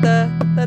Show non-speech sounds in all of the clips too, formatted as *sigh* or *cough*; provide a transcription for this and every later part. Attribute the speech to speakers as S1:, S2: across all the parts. S1: 得得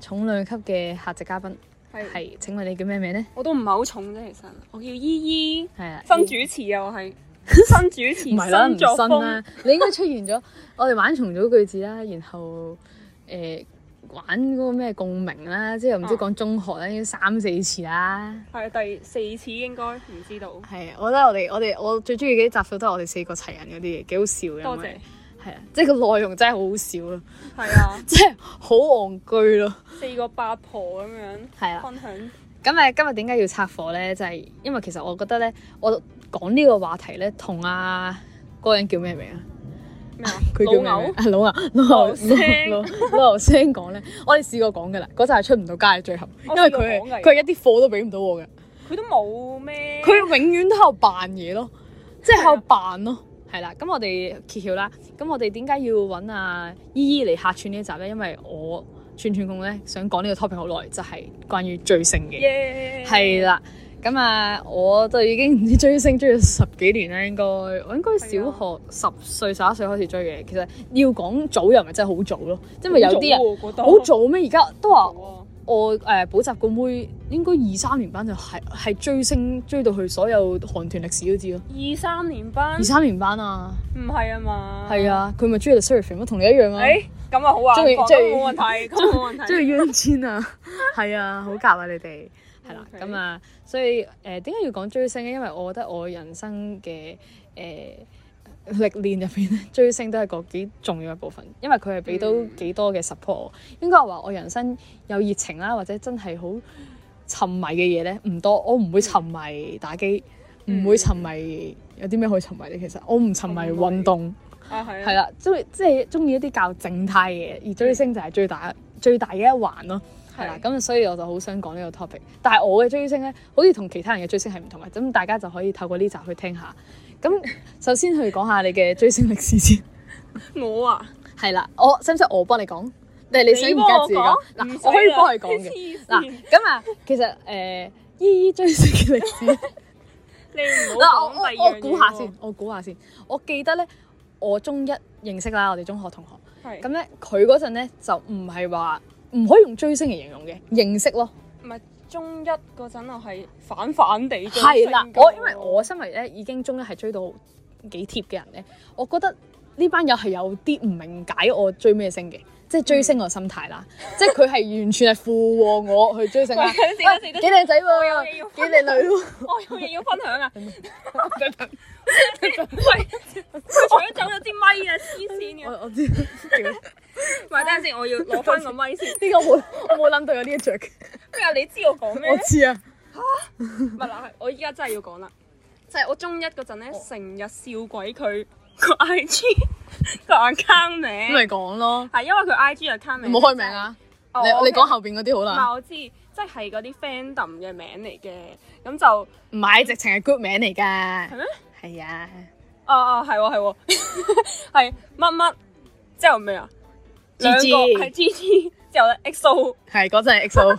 S2: 重量級嘅客席嘉賓，
S3: 係，係，
S2: 係請問你叫咩名咧？
S3: 我都唔係好重啫，其實我叫依依，
S2: 係啊，
S3: 新主持啊，我係新主持，
S2: 唔係啦，唔
S3: 新作
S2: 新
S3: 風
S2: 啦，你應該出現咗。 *laughs* 我哋玩重組句子啦，然後誒、呃玩嗰個咩共鳴啦，之後唔知
S3: 啊
S2: 講中學啦，已經三四次啦。
S3: 係第四次應該唔知道，
S2: 係啊，我覺得我哋我哋我最中意嘅啲集數都係我哋四個齊人嗰啲嘢，幾好笑嘅。
S3: 多
S2: 因為
S3: 謝，
S2: 係啊，即係個內容真係好好笑咯， *laughs*
S3: 係啊，
S2: 即係好戇居咯。
S3: 四個八婆咁樣
S2: 係啊，
S3: 分享，
S2: 咁誒今日點解要拆火咧？就係、因為其實我覺得咧，我講呢個話題咧，同啊嗰個人叫咩名啊？
S3: 咩啊
S2: 佢叫咩名
S3: 老牛
S2: 啊老牛老牛
S3: 牛聲
S2: 老牛老牛聲講咧，我哋試過講噶啦，嗰陣係出唔到街嘅最後，因
S3: 我
S2: 為
S3: 試過
S2: 佢
S3: 講㗎
S2: 佢係一啲貨都俾唔到我嘅，
S3: 佢都冇咩，
S2: 佢永遠都喺度扮嘢咯，即係喺
S3: 係
S2: 度
S3: 啊
S2: 扮咯。係啦，咁我哋揭曉啦。咁我哋點解要揾阿依依嚟客串呢一集咧？因為我串串共咧想講呢個 topic 好耐，就係、關於追星嘅。
S3: 耶，
S2: 係啦，咁啊，我就已經唔 *laughs* 知追星追咗十幾年啦，應該我應該小學十歲十一歲開始追嘅。其實要講早又唔係真係好早咯，因為有啲人
S3: 人
S2: 好早咩？而家都話
S3: 早
S2: 我誒、呃補習個妹應該二三年班就係係追星追到去所有韓團歷史都知咯。
S3: 喎，二三年班
S2: 二，三年班啊，
S3: 唔係啊嘛，
S2: 係，啊，佢咪中意 The Seraphim 咯，同你一樣啊，
S3: 誒咁啊好啊，
S2: 中意
S3: 講
S2: 中
S3: 得
S2: 意
S3: 冇問題，咁冇問
S2: 中
S3: 題，
S2: 意冤千
S3: *laughs*
S2: 啊，係啊，好夾啊你哋。係啦，
S3: OK
S2: 咁啊，所以誒點解要講追星咧？因為我覺得我人生嘅誒、呃、歷練入邊咧，追星都係個幾重要嘅部分，因為佢係俾到
S3: 嗯
S2: 幾多嘅 support 我。應該話我人生有熱情啦，或者真係好沉迷嘅嘢咧唔多，我唔會沉迷打機，唔
S3: 嗯
S2: 會沉迷有啲咩可以沉迷咧。其實我唔沉迷
S3: 沉迷
S2: 運動，
S3: 啊係
S2: 係
S3: 啊，
S2: 啦，即係即係中意一啲較靜態嘅嘢，而追星就係最大最大嘅一環咯。嗯係啦，咁所以我就好想講呢個 topic。但係我嘅追星咧，好似同其他人嘅追星係唔同嘅，咁大家就可以透過呢集去聽下。咁 *laughs* 首先去講下你嘅追星歷史先。
S3: 我啊。
S2: 係啦，我使唔使我幫你講？定係你想而
S3: 幫
S2: 家
S3: 我
S2: 自己講？啊
S3: 講
S2: 嗱
S3: 唔，使
S2: 我可以
S3: 啦
S2: 幫你講嘅。
S3: 黐
S2: 嗱，
S3: 線
S2: 咁啊，其實誒，依依追星嘅歷 *laughs* 史，
S3: 你唔
S2: 嗱，
S3: 好
S2: 我
S3: 講第
S2: 我
S3: 二
S2: 我
S3: 樣
S2: 估下先，我估下先。我記得咧，我中一認識啦，我哋中學同學。
S3: 先
S2: 咁
S3: 咁
S2: 咧，佢嗰陣咧就唔係話唔可以用追星嚟形容嘅，認識咯。
S3: 唔係中一嗰陣，我係反反地追星㗎
S2: 係啦，我因為我身為咧已經中一係追到幾貼嘅人咧，我覺得呢班友係有啲唔明解我追咩星嘅，即係追星個心態啦，即係佢係完全係附和 *laughs* 我去追星啦。
S3: 喂等陣先
S2: 啊
S3: 等陣先
S2: 幾靚仔
S3: 有
S2: 喎
S3: 嘢要，
S2: 幾靚女喎，
S3: 我有嘢要分享
S2: *laughs*
S3: 啊！喂，除咗走咗支咪啊，黐線
S2: *laughs* 我
S3: 嘅。
S2: 我知，屌
S3: 喂，等陣先，我要攞翻個
S2: *laughs*
S3: 咪先。
S2: 呢個我冇我冇諗到有呢一着嘅，
S3: 咩啊？你知我講咩？
S2: *laughs* 我知啊，
S3: 唔係嗱，我依家真係要講啦，就係我中一嗰陣
S2: 哦
S3: 咧，成日笑鬼佢個 I G 個 account
S2: 咁
S3: 名，
S2: 咪講咯，
S3: 係因為佢 I G account
S2: 唔
S3: 名。哦
S2: 好開名！啊，你你講後邊嗰啲好
S3: 唔
S2: 啦
S3: 係，我知，即係嗰啲 fandom 嘅名嚟嘅，咁就。
S2: 唔係直情係 group 名嚟㗎，係
S3: 咩？
S2: 係啊，
S3: 啊啊，係喎係
S2: *laughs*
S3: 喎，係乜乜之後咩啊？兩個
S2: GG
S3: 係 G G 之後咧 XO
S2: 係嗰 *laughs* 陣係 XO。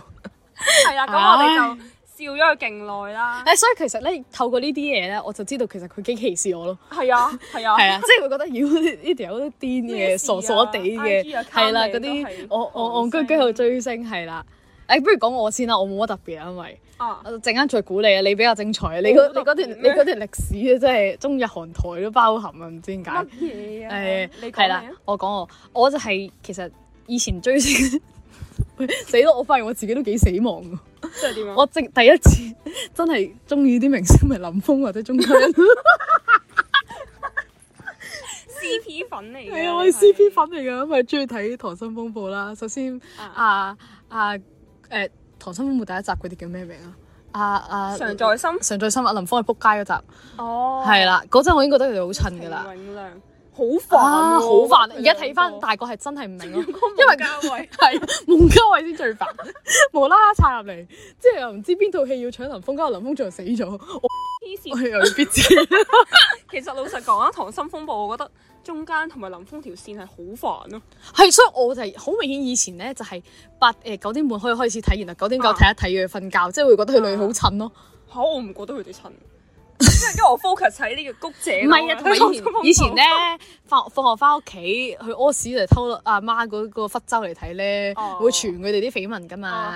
S3: 係啦，咁我哋就笑咗佢勁耐啦。
S2: 誒，所以其實咧，透過呢啲嘢咧，我就知道其實佢幾歧視我咯，
S3: 係啊係啊，
S2: 係 *laughs* 啊，即係會覺得妖呢呢條友都癲嘅，
S3: 咩事
S2: 傻
S3: 啊
S2: 傻地
S3: IG
S2: 嘅，
S3: account
S2: 係啦，
S3: 你
S2: 嗰
S3: 都
S2: 啲
S3: 係
S2: 我我戇居居
S3: 韓星
S2: 去追星係啦。誒，不如講我先啦，我冇乜特別啊，因為
S3: 啊
S2: 我陣間再估你啊，你比較精彩啊，你嗰
S3: 哦我冇特
S2: 你嗰段
S3: 別
S2: 你
S3: 咩
S2: 嗰段歷史啊，真係中日韓台都包含啊，唔知點解。
S3: 乜嘢
S2: 誒
S3: 啊？你
S2: 係
S3: 講
S2: 啦
S3: 咩啊？，
S2: 我講我，我就係其實以前追星 *laughs* 死咯，我發現我自己都幾死亡㗎
S3: 即係點啊？
S2: 我正第一次 *laughs* 真係中意啲明星咪林峰或者鍾嘉欣。啊
S3: C P 粉嚟嘅，
S2: 係啊，我
S3: 你
S2: 係 CP 粉嚟㗎，咁咪中意睇《溏心風暴》啦。首先
S3: 啊。
S2: 啊啊誒，《溏心風暴》第一集嗰啲叫咩名啊？啊啊，
S3: 常在心
S2: 常在心啊，林峰係撲街嗰集，
S3: 哦，
S2: 係啦，嗰陣我已經覺得佢哋好襯
S3: 陳
S2: 㗎啦。
S3: 永亮好煩
S2: 啊，好
S3: 喎
S2: 煩！
S3: 佢哋
S2: 而家睇
S3: 兩
S2: 翻
S3: 個
S2: 大個係真係唔明咯，
S3: 因為嘉慧
S2: 係蒙嘉慧先最煩，無啦啦插入嚟，即係又唔知邊套戲要搶林峰，跟住林峰仲死咗，我
S3: *laughs* 黐
S2: 我
S3: 線。
S2: 又未必知。
S3: 其實老實講啊，《溏心風暴》我覺得中間同埋林峰條線係好煩啊咯。
S2: 係，所以我就係好明顯以前咧就係八誒九點半可以開始睇，然後九點九
S3: 啊
S2: 睇一睇佢瞓覺，即係會覺得佢哋好襯咯。
S3: 嚇，我唔覺得佢哋襯， *laughs* 因為因為我 focus 喺呢個谷姐
S2: 唔
S3: 度。
S2: 係啊，同埋以前以前咧放放學翻屋企去屙屎就偷阿媽嗰個忽州嚟睇咧，
S3: 哦
S2: 會傳佢哋啲緋聞
S3: 哦係
S2: 噶
S3: 係
S2: 嘛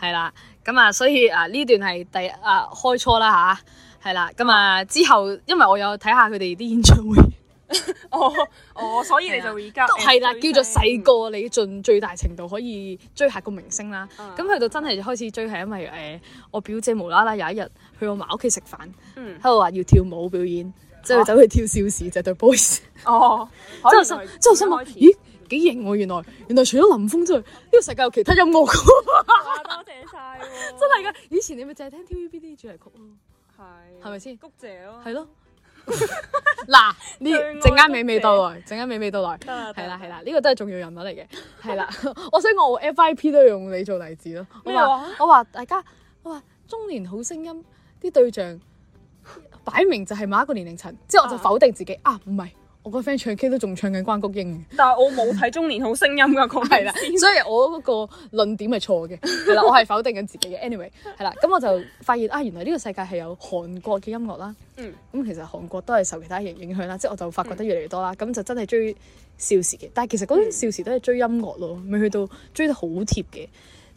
S3: 係，
S2: 係啦，咁啊，所以啊呢段係第啊開初啦吓，係啦，咁啊之後因為我有睇下佢哋啲演唱會，
S3: *laughs* 哦哦，所以你就而家哎
S2: 都係啦，
S3: 誒
S2: 叫做啊細個你盡最大程度可以追下個明星啦。
S3: 啊
S2: 咁去到真係開始追係因為誒、呃我表姐無啦啦有一日去我嫲屋企食飯，
S3: 嗯
S2: 喺度話要跳舞表演，之後走去跳邵氏就對 boys。
S3: 哦，
S2: 之後
S3: 可
S2: 心
S3: 能
S2: 之後心諗，
S3: 開始
S2: 咦幾型喎！原來原來除咗林峰之外，呢、個世界有其他音樂嘅喎，
S3: 哇啊多謝晒喎，
S2: *laughs* 真係㗎！嗯以前你咪淨係聽 TVB 啲主題曲咯，
S3: 係
S2: 係咪先
S3: 谷姐咯，
S2: 係咯。 *laughs* 嗱，呢
S3: 最愛
S2: 陣間娓娓道來，陣間娓娓道來，
S3: 得啦
S2: 係
S3: 得
S2: 啦
S3: 啦
S2: 係啦，呢個都係重要人物嚟
S3: *laughs*
S2: 嘅，係啦。 *laughs* 我想講我 FIP 都用你做例子咯。我
S3: 咩啊
S2: 話
S3: 話
S2: 我話大家，我話中年好聲音啲對象擺明就係某一個年齡層，之後我就
S3: 啊
S2: 否定自己啊，唔係我個 friend 唱 K 都仲唱緊關谷英嘅。
S3: 但係我冇睇中年好聲音㗎，講
S2: 係啦，
S3: 先
S2: 所以我嗰個論點
S3: *laughs*
S2: 係錯嘅，係啦，我係否定緊自己嘅。anyway，係啦，咁我就發現啊，原來呢個世界係有韓國嘅音樂啦。
S3: 嗯。
S2: 咁其實韓國都係受其他嘢影響啦，即係我就發覺得越嚟越多啦。咁就真係追少時嘅，但係其實嗰
S3: 嗯
S2: 陣少時都係追音樂咯，未去到追得好貼嘅。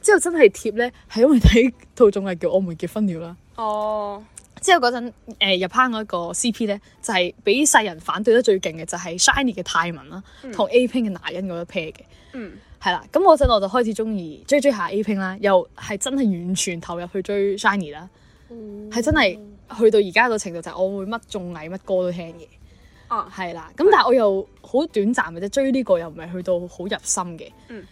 S2: 之後真係貼咧，係因為睇套綜藝叫《我們結婚了》啦。
S3: 哦，
S2: 之後嗰陣誒入坑嗰個 CP 咧，就係俾世人反對得最勁嘅就係 Shiny 嘅泰文啦，同 A Pink 嘅那英嗰一 pair 嘅。
S3: 嗯，
S2: 係啦，咁嗰陣我就開始中意追追下 A Pink 啦，又係真係完全投入去追 Shiny 啦，
S3: 嗯
S2: 係真係去到而家個程度就係我會乜綜藝乜歌都聽嘅，
S3: 啊
S2: 係啦，咁但係我又好短暫嘅啫，追呢個又唔係去到好入心嘅，
S3: 嗯，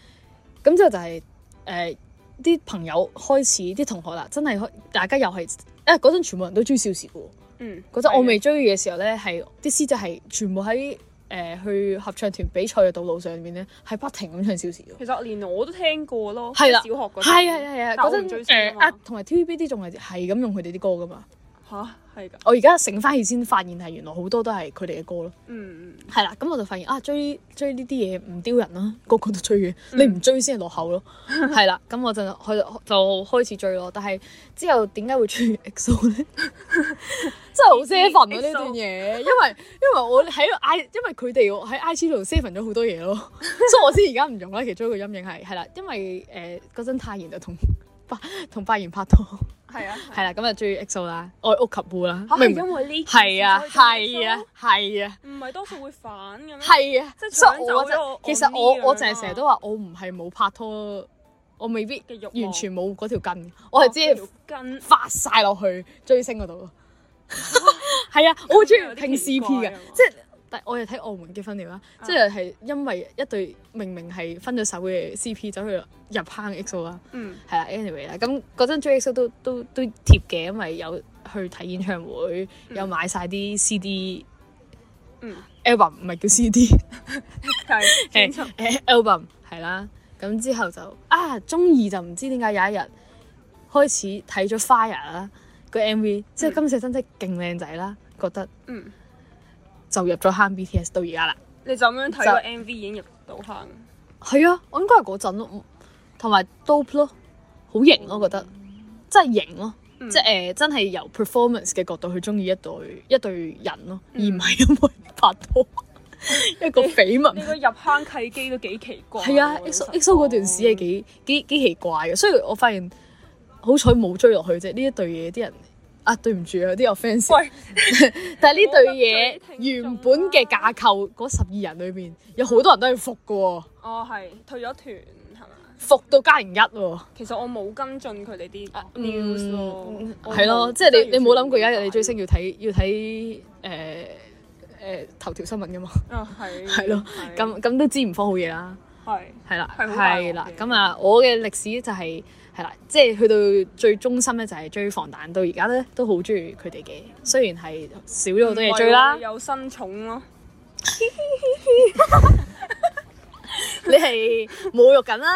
S2: 咁之後就係誒啲朋友開始啲同學啦，真係開大家又係，誒嗰陣全部人都追少時嘅喎。
S3: 嗯，
S2: 嗰陣我未
S3: 係
S2: 追嘅時候咧，係啲師姐係全部喺誒、去合唱團比賽嘅道路上面咧，係不停咁唱少時嘅
S3: 嘅。其實連我都聽過咯，
S2: 係啦
S3: 小學嗰陣
S2: 係啊係啊，
S3: 但我
S2: 嗰
S3: 唔
S2: 陣
S3: 追星
S2: 誒
S3: 啊
S2: 啊
S3: 嘛，
S2: 同埋 TVB 啲仲係係咁用佢哋啲歌噶嘛。
S3: 吓，係㗎，
S2: 我而家醒翻起先發現係原來好多都係佢哋嘅歌咯。
S3: 嗯，
S2: 係啦，咁我就發現啊，追追呢啲嘢唔丟人啦，個個都追嘅，你唔追先係落後 *laughs* 咯。係啦，咁我就開就開始追咯。但係之後點解會追 EXO 咧？ *laughs* 真係好 seven 啊呢段嘢，因為因為我喺度 I，因為佢哋喺 IG 度 seven 咗好多 *laughs* 嘢咯，所以我先而家唔用啦。其中一個陰影係係啦，因為呃誒嗰陣泰妍就同 *laughs* 八同八妍拍 *laughs* 拖，
S3: 係啊，
S2: 係啦，咁就追 EXO 啦，愛屋及烏啦
S3: 嚇，係
S2: 明唔明
S3: 因為呢件
S2: 係啊
S3: 事所以
S2: 係啊
S3: 追
S2: 係啊。
S3: 星，唔係多數會反嘅咩？
S2: 係啊，
S3: 嗯即係
S2: 所以
S3: 搶
S2: 我
S3: 走咗
S2: 就
S3: 我
S2: 其實我
S3: 我呢樣啊
S2: 我淨係成日都話我唔係冇拍拖，我未必
S3: 嘅欲望哦
S2: 完全冇嗰條筋，我係只係
S3: 條筋。
S2: 發晒落去追星嗰
S3: *laughs*
S2: 度咯。係啊，我好中意拼
S3: 有啲奇
S2: CP
S3: 怪
S2: 嘅
S3: 啊，
S2: 即係但我又睇澳門結婚了啦，即係係因為一對明明係分咗手嘅 CP 走去入坑 EXO 啦，
S3: 嗯，
S2: 係啦，anyway 啦，咁嗰陣追 EXO 都都都貼嘅，因為有去睇演唱會，有買晒啲 CD
S3: 嗯
S2: album，唔係叫 CD。
S3: 係專
S2: *laughs* 誒
S3: 輯
S2: 誒 album 係啦，咁之後就啊中意就唔知點解有一日開始睇咗 Fire 啦個 MV，即係金世真真勁靚仔啦，覺得
S3: 嗯，
S2: 就入咗坑 BTS 到而家啦。
S3: 你就咁樣睇
S2: 就
S3: 個 MV 已經入到坑，
S2: 係啊，我應該係嗰陣咯，同埋 dope 咯，好型咯，我覺得真係型咯，
S3: 嗯
S2: 即係誒、呃真係由 performance 嘅角度去中意一對一對人咯，而唔係因為拍拖 *laughs* 一個緋聞
S3: 你。個入坑契機都幾哦奇怪喎。
S2: 係啊
S3: 老實講
S2: ，EXO EXO 嗰段史係幾幾幾奇怪嘅，所以我發現好彩冇追落去啫。呢一對嘢啲人啊，對唔住啊，有啲 offence。
S3: 喂，
S2: 但係呢對
S3: 我得罪
S2: 嘢
S3: 聽眾啊
S2: 原
S3: 啦
S2: 本嘅架構嗰十二人裏邊，有好多人都係服嘅喎，
S3: 哦係退咗團係嘛？
S2: 服到加人一喎。
S3: 其實我冇跟進佢哋啲 news 咯
S2: 啊嗯，，
S3: 我
S2: 係咯，
S3: 冇
S2: 即係
S3: 真
S2: 你你冇諗過而家
S3: 完
S2: 你
S3: 全
S2: 追星要睇要睇誒誒頭條新聞嘅嘛？
S3: 啊係
S2: 係咯，咁咁都知唔科好嘢啦。
S3: 係
S2: 係啦，
S3: 係好大鑊
S2: 係啦，
S3: 嘅
S2: 咁啊，我嘅歷史就係係啦，即係去到最中心咧，就係追防彈，到而
S3: 啊
S2: 家咧都好中意佢哋嘅，雖然係少咗好多嘢追啦，
S3: 有新寵咯，
S2: *laughs* 你係侮辱緊啦，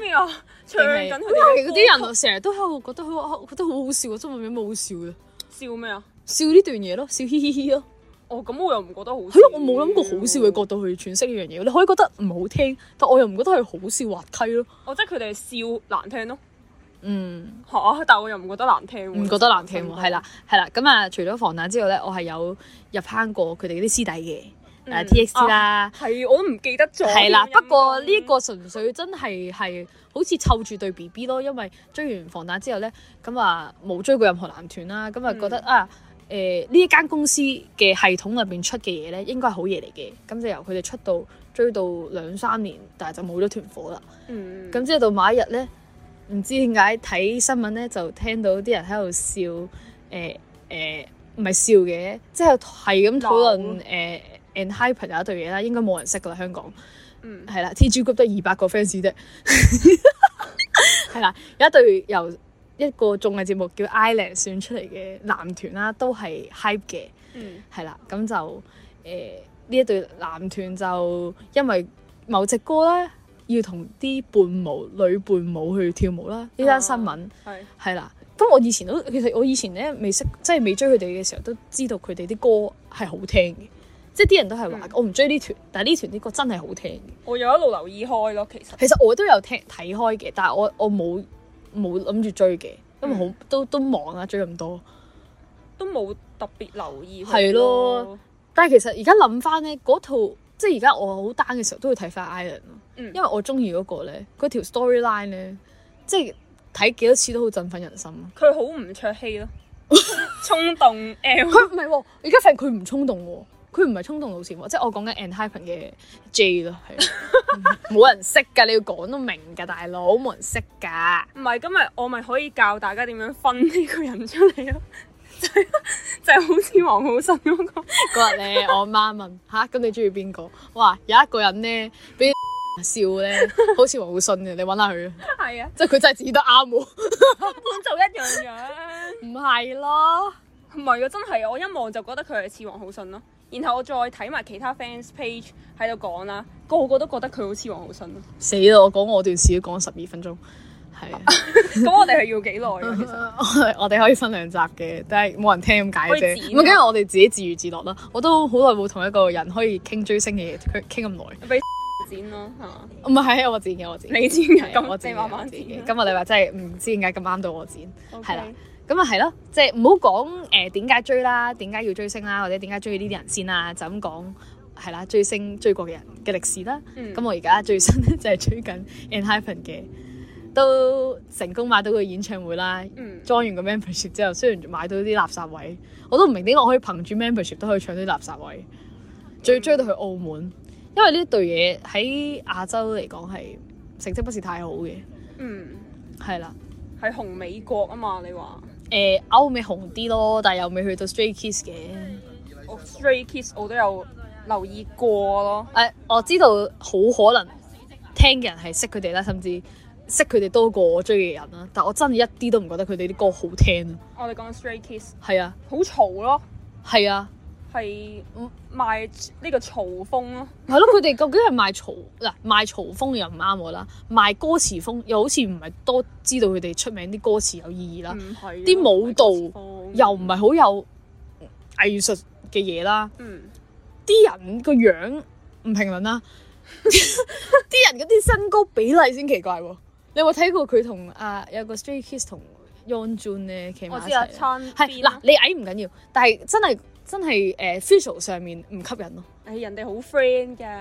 S3: 咩啊？唱緊佢
S2: 因為 *laughs*
S3: 哋
S2: 嗰啲人啊成日都喺度覺得好，覺得好好笑啊，中文名冇好笑嘅，
S3: 笑咩啊？
S2: 笑呢段嘢咯，笑嘻嘻嘻咯。
S3: 哦，咁我又唔覺得好笑。
S2: 係咯，我冇諗過好笑嘅角度去詮釋呢樣嘢，你可以覺得唔好聽，但我又唔覺得係好笑滑稽咯。
S3: 哦，即係佢哋係笑難聽咯。
S2: 嗯，
S3: 嚇！但我又唔覺得難聽喎。
S2: 唔嗯覺得難聽喎，係啦，係啦。咁啊，除咗防彈之外咧，我係有入坑過佢哋嗰啲師弟嘅，誒 T X 啦，
S3: 係，嗯哦我都唔記得咗。啊
S2: 係啦。
S3: 陰公
S2: 不過呢個純粹真係係好似湊住對 B B 咯，因為追完防彈之後咧，咁啊冇追過任何男團啦，咁
S3: 嗯
S2: 啊覺得啊。誒呢一間公司嘅系統入邊出嘅嘢咧，應該係好嘢嚟嘅，咁就由佢哋出道追到兩三年，但係就冇咗團伙啦。
S3: 嗯
S2: 咁之後到某一日咧，唔知點解睇新聞咧就聽到啲人喺度笑，誒誒唔係笑嘅，即係係咁討論誒 and hyper 有一對嘢啦，應該冇人識噶啦香港，
S3: 嗯
S2: 係啦，TG Group 得二百個 fans 啫， *laughs* 係啦，有一對 *laughs* 由一個綜藝節目叫 Island 選出嚟嘅男團啦，都係 hype 嘅。
S3: 嗯
S2: 係啦，咁就誒呢一隊男團就因為某隻歌咧，要同啲伴舞女伴舞去跳舞啦，
S3: 哦
S2: 呢單新聞
S3: 係
S2: 係啦。咁我以前都其實我以前咧未識，即係未追佢哋嘅時候都知道佢哋啲歌係好聽嘅，即係啲人都係話、
S3: 嗯
S2: 我唔追呢團，但係呢團啲歌真係好聽嘅。
S3: 我有一路留意開咯，其實
S2: 其實我都有聽睇開嘅，但係我我冇冇諗住追嘅，因為好、
S3: 嗯
S2: 都都忙啊，追咁多。
S3: 都冇特別留意佢。
S2: 係咯，但係其實而家諗翻咧，嗰套即係而家我好 down 嘅時候都會睇翻 Island 咯，
S3: 嗯
S2: 因為我中意嗰個咧，嗰條 storyline 咧，即係睇幾多次都好振奮人心咯。
S3: 佢好唔卓氣咯，衝動 L。
S2: 佢啊唔係喎，而家發現佢唔衝動喎。佢唔係衝動路線喎，即係我講緊 and hypen 嘅 J 咯，係嗯 *laughs* 冇人識㗎，你要講都明㗎，大佬冇人識㗎。
S3: 唔係，今日我咪可以教大家點樣分呢個人出嚟咯， *laughs* 就係就係好似黃浩信嗰個，
S2: 嗰日咧， *laughs* 我媽問吓，咁你中意邊個？哇，有一個人咧俾 *laughs* 笑咧，好似黃浩信嘅，你揾下佢啊，
S3: 係啊，
S2: 即係佢真係指得啱喎。
S3: 根本就一樣樣。
S2: 唔係咯，
S3: 唔係啊，真係啊！我一望就覺得佢係似黃浩信咯。然後我再睇埋其他 fans page 喺度講啦，個個都覺得佢好似黃浩
S2: *laughs*
S3: 信咯。
S2: 死啦！我講我段事都講咗十二分鐘，
S3: *laughs*
S2: 係啊
S3: 咁我哋係要幾耐啊？其
S2: *laughs*
S3: 實
S2: 我哋可以分兩集嘅，但係冇人聽咁解
S3: 可以
S2: 啫。
S3: 剪㗎
S2: 咁梗係我哋自己自娛自樂啦。我都好耐冇同一個人可以傾追星嘅嘢，佢傾咁耐。
S3: 剪咯，係嘛？
S2: 唔係係我剪嘅，我剪。
S3: 你剪嘅，
S2: 係我
S3: 咁
S2: 剪
S3: 你
S2: 嘅
S3: 慢慢
S2: 我剪
S3: 剪啦。
S2: 嘅。今日你話真係唔知點解咁啱到我剪，係啦
S3: OK。
S2: 咁啊係咯，即係唔好講誒點解追啦，點解要追星啦，或者點解中意呢啲人先啦，就咁講係啦，追星追過嘅人嘅歷史啦。
S3: 嗯
S2: 咁、我而家最新咧 *laughs* 就係追緊 In Hypen 嘅，都成功買到個演唱會啦。
S3: 嗯，
S2: 裝完個 membership 之後，雖然買到啲垃圾位，我都唔明點解我可以憑住 membership 都可以搶到啲垃圾位，最追到去澳門，因為呢對嘢喺亞洲嚟講係成績不是太好嘅，
S3: 嗯，
S2: 係啦。
S3: 係紅美國啊嘛？你話
S2: 誒、呃歐美紅啲咯，但係又未去到 Stray Kids 嘅。
S3: 我 Stray Kids 我都有留意過咯。
S2: 誒、我知道好可能聽嘅人係識佢哋啦，甚至識佢哋多過我追嘅人啦。但我真係一啲都唔覺得佢哋啲歌好聽。啊
S3: 我哋講 Stray Kids
S2: 係啊，
S3: 好嘈咯，
S2: 係啊，
S3: 係
S2: 嗯
S3: 賣呢個嘈風咯。
S2: 係咯，佢哋究竟係賣嘈嗱賣嘈風又唔啱我啦，賣歌詞風又好似唔係多知道佢哋出名啲歌詞有意義啦，
S3: 唔嗯係
S2: 啊啲
S3: 咯
S2: 舞蹈
S3: 係
S2: 又唔係好有藝術嘅嘢啦。
S3: 嗯
S2: 啲人個樣唔評
S3: *laughs*
S2: 論啦，啲人嗰啲身高比例先奇怪喎。你有冇睇過佢同啊有個 Stray Kids 同 Yoon Jun 咧企埋
S3: 我
S2: 一
S3: 知啊，
S2: 齊？
S3: 餐
S2: 係嗱，你矮唔緊要，但係真係真係誒、呃 visual 上面唔吸引咯。
S3: 誒人哋好 friend 㗎，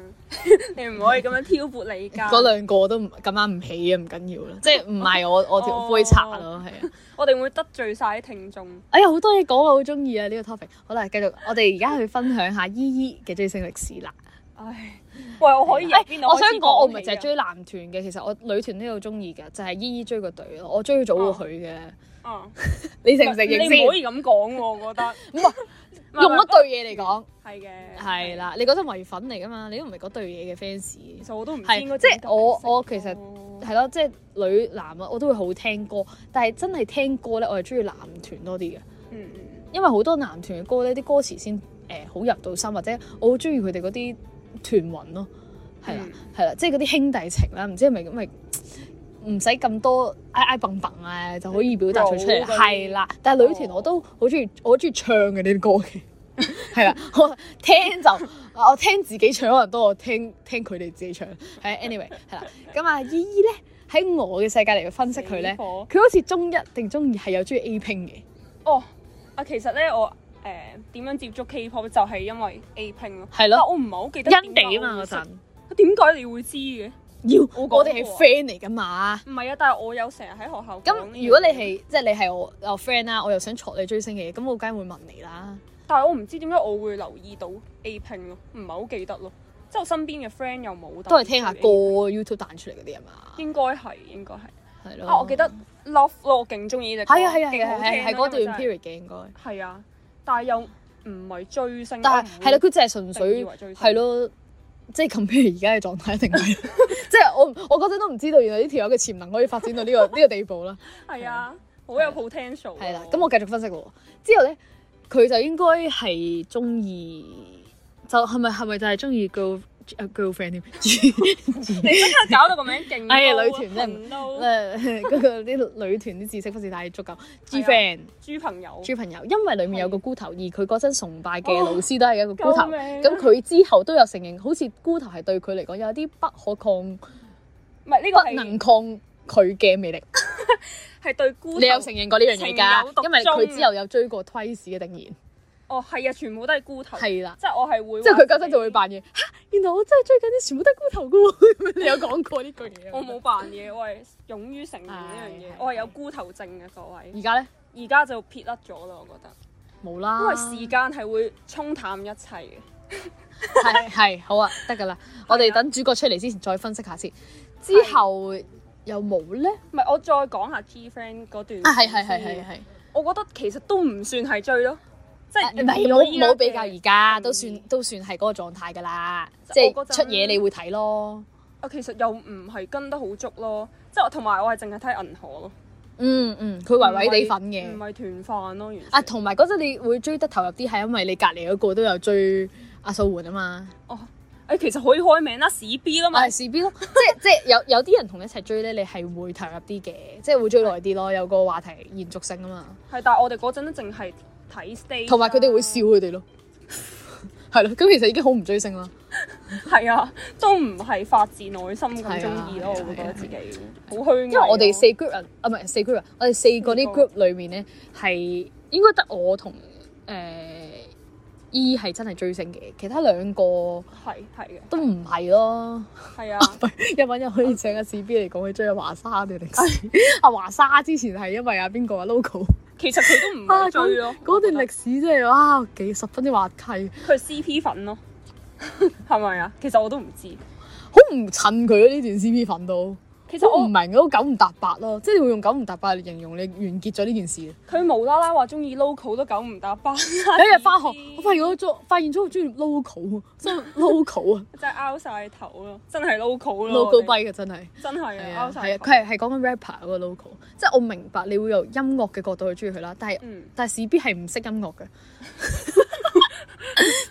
S3: *laughs* 你唔可以咁樣挑撥你㗎。
S2: *laughs* 嗰兩個都唔咁啱唔起啊，唔緊要啦，即係唔係我我條
S3: 哦
S2: 灰擦咯，係啊。
S3: 我哋會得罪晒啲聽眾。
S2: 哎呀，好多嘢講，我好中意啊呢個 topic。好啦，繼續，我哋而家去分享下依依嘅追星歷史啦。
S3: 唉，喂，我可以由
S2: 哎
S3: 邊度
S2: 我想
S3: 講，啊
S2: 講，我唔係淨係追男團嘅，其實我女團都有中意嘅，就係依依追個隊咯。我追早過佢嘅，
S3: 嗯。
S2: 你
S3: 哦你
S2: 承唔承認
S3: 你唔可
S2: 先？
S3: 以咁講喎，我覺得。
S2: 唔係
S3: 唔係
S2: 用一對嘢嚟講，
S3: *laughs* 係嘅。
S2: 係。啦，你嗰陣迷粉嚟噶嘛？你都唔係嗰對嘢嘅 fans
S3: 其。實我都唔知
S2: 係
S3: 應該
S2: 即係
S3: 點解釋
S2: 我我其實
S3: 咯
S2: 係咯，即係女男啊，我都會好聽歌，但係真係聽歌咧，我係中意男團多啲嘅，
S3: 嗯嗯
S2: 因為好多男團嘅歌咧，啲歌詞先誒、誒好入到心，或者我好中意佢哋嗰啲團魂咯，係啦
S3: 嗯
S2: 係啦，即係嗰啲兄弟情啦，唔知係咪咁咪唔使咁多挨挨蹦蹦啊，就可以表達佢出嚟，
S3: Roll 嗰啲
S2: 係啦。但係女團我都好中意，我好中意唱嘅呢啲歌嘅。係啦， *laughs* 我聽就我聽自己唱可能多過聽聽佢哋自己唱。係 anyway 係啦，咁啊依依咧喺我嘅世界嚟分析佢咧，
S3: 死火
S2: 佢好似中一定中二係有中意 A Pink 嘅。
S3: 哦，啊，其實咧我誒點樣接觸 K-pop 就係因為 A Pink 咯，
S2: 係咯
S3: 但我唔係好記得
S2: 因
S3: 點解
S2: 地啊
S3: 我
S2: 嘛
S3: 會
S2: 嗰
S3: 識
S2: 陣，
S3: 點解你會知嘅？
S2: 要
S3: 我講
S2: 我哋係
S3: 過啊
S2: friend 嚟噶嘛。
S3: 唔係啊，但係我有成日喺學校講
S2: 咁
S3: 呢樣嘢
S2: 如果你係即係你係我我 friend 啦，我又想戳你追星嘅嘢，咁我梗係會問你啦。
S3: 但係我唔知點解我會留意到 A Pink 咯，唔係好記得咯。即係我身邊嘅 friend 又冇，
S2: 都係聽下歌，YouTube 彈出嚟嗰啲啊嘛。
S3: 應該係應該係。
S2: 係咯。
S3: 啊，我記得 Love 咯，我勁中意呢隻歌，
S2: 哦係啊係啊係
S3: 勁
S2: 啊
S3: 好
S2: 係
S3: 聽咯
S2: 啊係嗰
S3: 因為真
S2: 段
S3: 係
S2: period 嘅應該。
S3: 係啊，但係又唔係追星，
S2: 但係係啦，佢就係純
S3: 嗯定
S2: 粹
S3: 義為追星
S2: 係咯，即係 compare 而家嘅狀態一定係， *laughs* 即係我我嗰陣都唔知道原來呢條友嘅潛能可以發展到呢、個呢個地步啦。
S3: 係啊，好有 potential 啊。
S2: 係啦，咁我繼續分析咯。之後咧，佢就應該係中意，就係咪係咪就係中意 girl 啊 girlfriend
S3: *laughs*
S2: 添？ *laughs*
S3: 搞到個名勁高啊，
S2: 哎呀女團真係唔
S3: 真係
S2: 誒嗰個啲女團啲知識不是太足夠。
S3: 係
S2: G
S3: 啊
S2: friend
S3: 豬朋友，
S2: 豬朋友，因為裡面有個菇頭，而佢嗰陣崇拜嘅老師都係一個菇頭，
S3: 救命啊
S2: 咁佢之後都有承認，好似菇頭係對佢嚟講有啲不可抗。
S3: 唔係呢個
S2: 不
S3: 係
S2: 能抗拒嘅魅力。
S3: 係對孤頭。
S2: 你有承認過呢樣嘢
S3: 情有獨
S2: 㗎？
S3: 鍾
S2: 因為佢之後有追過 Twice 嘅定言，
S3: 哦，係啊，全部都係菇頭，
S2: 係啦。
S3: 即係我係會，
S2: 即係佢嗰陣就會，扮嘢，嚇！原來我真係追緊啲全部都係菇頭㗎喎。你有講過呢句 *laughs* 嘢？
S3: 我冇。扮嘢，我係勇於承認呢樣
S2: 係係
S3: 嘢，我係有菇頭症嘅各位，
S2: 而家咧
S3: 而家就撇甩咗啦，我覺
S2: 啊
S3: 得，
S2: 冇啦，
S3: 因為時間係會沖淡一切嘅。
S2: 係係好啊，得㗎啦。我哋等主角出嚟之前再分析下先。之後又冇咧？
S3: 唔係，我再講下 G friend 嗰段
S2: 啊係係係係係。
S3: 我覺得其實都唔算係追咯，即
S2: 啊
S3: 係
S2: 唔係
S3: 以
S2: 冇
S3: 我依家
S2: 冇比較
S3: 嘅
S2: 而家，都
S3: 定
S2: 算
S3: 義
S2: 都算係嗰個狀態㗎啦。
S3: 就
S2: 即係
S3: 我嗰陣
S2: 出嘢你會睇咯。
S3: 啊，其實又唔係跟得好足咯，即係我同埋我係淨係睇銀河咯，
S2: 嗯嗯，佢維維地粉嘅。
S3: 唔係團飯咯，完全
S2: 啊，同埋嗰陣你會追得投入啲，係因為你隔離嗰個都有追阿素媛啊嘛，
S3: 誒其實可以開名啦，史 B 啦嘛
S2: 啊，係 CB *laughs* 咯，即係即係有有啲人同你一齊追咧，你係會投入啲嘅，即係會追耐啲咯，有個話題延續性啊嘛，
S3: 係，但係我哋嗰陣都淨係睇啊 stay，
S2: 同埋佢哋會笑佢 *laughs* 哋咯，係咯，咁其實已經好唔追星啦，
S3: 係啊，都唔係發自內心
S2: 係啊
S3: 咁中意咯，
S2: 係啊
S3: 我會覺得自己好虛偽咯，啊
S2: 因為我哋四 group 人啊，唔係四 group 人，我哋四個啲
S3: 四個
S2: group 裡面咧係應該得我同誒 E 係真係追星嘅，其他兩個
S3: 係係嘅，
S2: 都唔係咯。 *laughs*
S3: 係啊，
S2: 一文又可以請阿 C B 嚟講佢追阿華啊沙嘅歷 *laughs* 史。阿華沙之前係因為阿邊個啊 Logo
S3: 其實佢都唔係追
S2: *laughs*
S3: 咯，
S2: 啊嗰段
S3: 我覺
S2: 歷史真係哇幾十分之滑稽，
S3: 得佢係 CP 粉咯， *laughs* 係咪啊？其實我都唔知，
S2: 好唔襯佢啊呢段 C B 粉都。
S3: 其實
S2: 我唔
S3: 我
S2: 明啊，都九唔搭八咯，即係你會用九唔搭八嚟形容你完結咗呢件事。有
S3: 佢無啦啦話中意 local 都九唔搭八，有 *laughs*
S2: 一日翻學，我發現我做發現咗我中意 local *laughs* 啊，真係 local 啊
S3: 真係拗晒頭咯，真係 local 咯
S2: *laughs* ，local
S3: 我哋
S2: by 嘅真係。
S3: 真係
S2: 係
S3: 拗
S2: 啊，
S3: 晒
S2: 係啊，
S3: 頭
S2: 佢係係講緊 rapper 嗰個 local，即係我明白你會由音樂嘅角度去中意佢啦，但係、
S3: 嗯
S2: 但係事必係唔識音樂嘅， *laughs*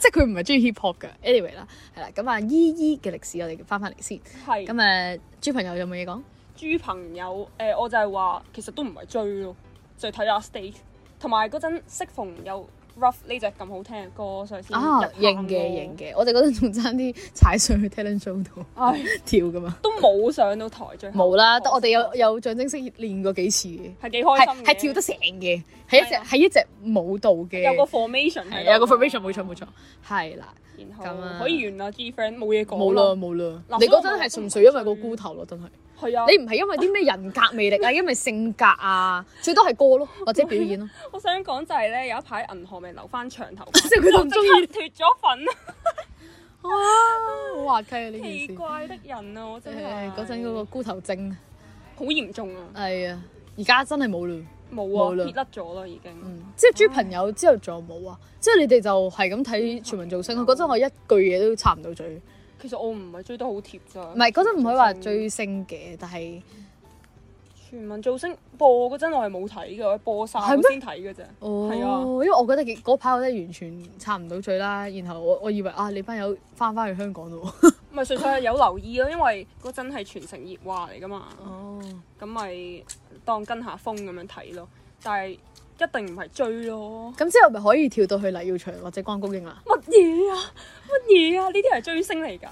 S2: 即係佢唔係中意 hip hop 嘅。anyway 啦，係啦，咁啊依依嘅歷史我哋翻翻嚟先，
S3: 係
S2: 咁誒豬朋友有冇嘢講？
S3: 豬朋友，誒、呃我就係話其實都唔係追咯，就係睇下 stage，同埋嗰陣適逢有 rough 呢只咁好聽嘅歌，所以先
S2: 啊，
S3: 入
S2: 型嘅型嘅，我哋嗰陣仲爭啲踩上去 talent show 度
S3: 嘅，
S2: *laughs*
S3: 唉，
S2: 跳噶嘛，
S3: 都冇上到台最後
S2: 冇啦，
S3: 可惜
S2: 得我哋有有象徵式練過幾次嘅，
S3: 係幾開
S2: 係
S3: 心嘅，
S2: 係跳得成嘅，係一隻
S3: 係啊
S2: 係一隻舞蹈嘅，
S3: 有個 formation
S2: 係啊
S3: 係
S2: 有個 formation 冇錯冇錯，係啦。
S3: 然
S2: 咁啊
S3: 後可以完啦，G friend 冇嘢講
S2: 冇啦，冇啦
S3: 嗱，
S2: 你
S3: 所以
S2: 嗰陣
S3: 我
S2: 係純粹因為個菇頭咯，真係。 *laughs*
S3: 係啊，
S2: 你唔係因為啲咩人格魅力啊，因為性格啊，最多係歌咯，或者表演咯。
S3: 我想講就係咧，有一排銀河咪留翻長頭髮，
S2: *laughs* 即係佢都唔中意
S3: 我即刻脫咗
S2: *laughs*
S3: 粉啊！
S2: 啊， *laughs* 好滑稽啊呢件
S3: 奇
S2: 事。
S3: 怪的人啊，我真係
S2: 誒嗰陣嗰個菇頭症，
S3: 好嚴重啊，
S2: 係啊，而家真係冇啦。冇
S3: 冇
S2: 啦
S3: 啊，撇甩咗啦已經。
S2: 嗯，即係豬朋友之後仲有冇啊？之後你哋就係咁睇全民造星，嗰陣我一句嘢都插唔到嘴。唔
S3: 其實我唔係追得好貼咋，唔
S2: 係嗰陣唔可以話追星嘅，但係
S3: 全民造星播嗰陣我係冇睇嘅，我係播晒
S2: 係
S3: 我
S2: 咩
S3: 先睇嘅啫。
S2: 哦，
S3: 係啊
S2: 因為我覺得嗰排我覺得完全插唔到嘴啦，然後我我以為啊，你班友翻翻去香港咯喎。
S3: 唔係純粹係有留意咯，因為嗰陣係全城熱話嚟噶嘛，
S2: 哦，
S3: 咁咪當跟下風咁樣睇咯。但係一定唔係追咯。
S2: *laughs* 咁之後咪可以跳到去黎耀祥或者關公英啦。
S3: 乜嘢啊？乜嘢啊？呢啲係追星嚟㗎。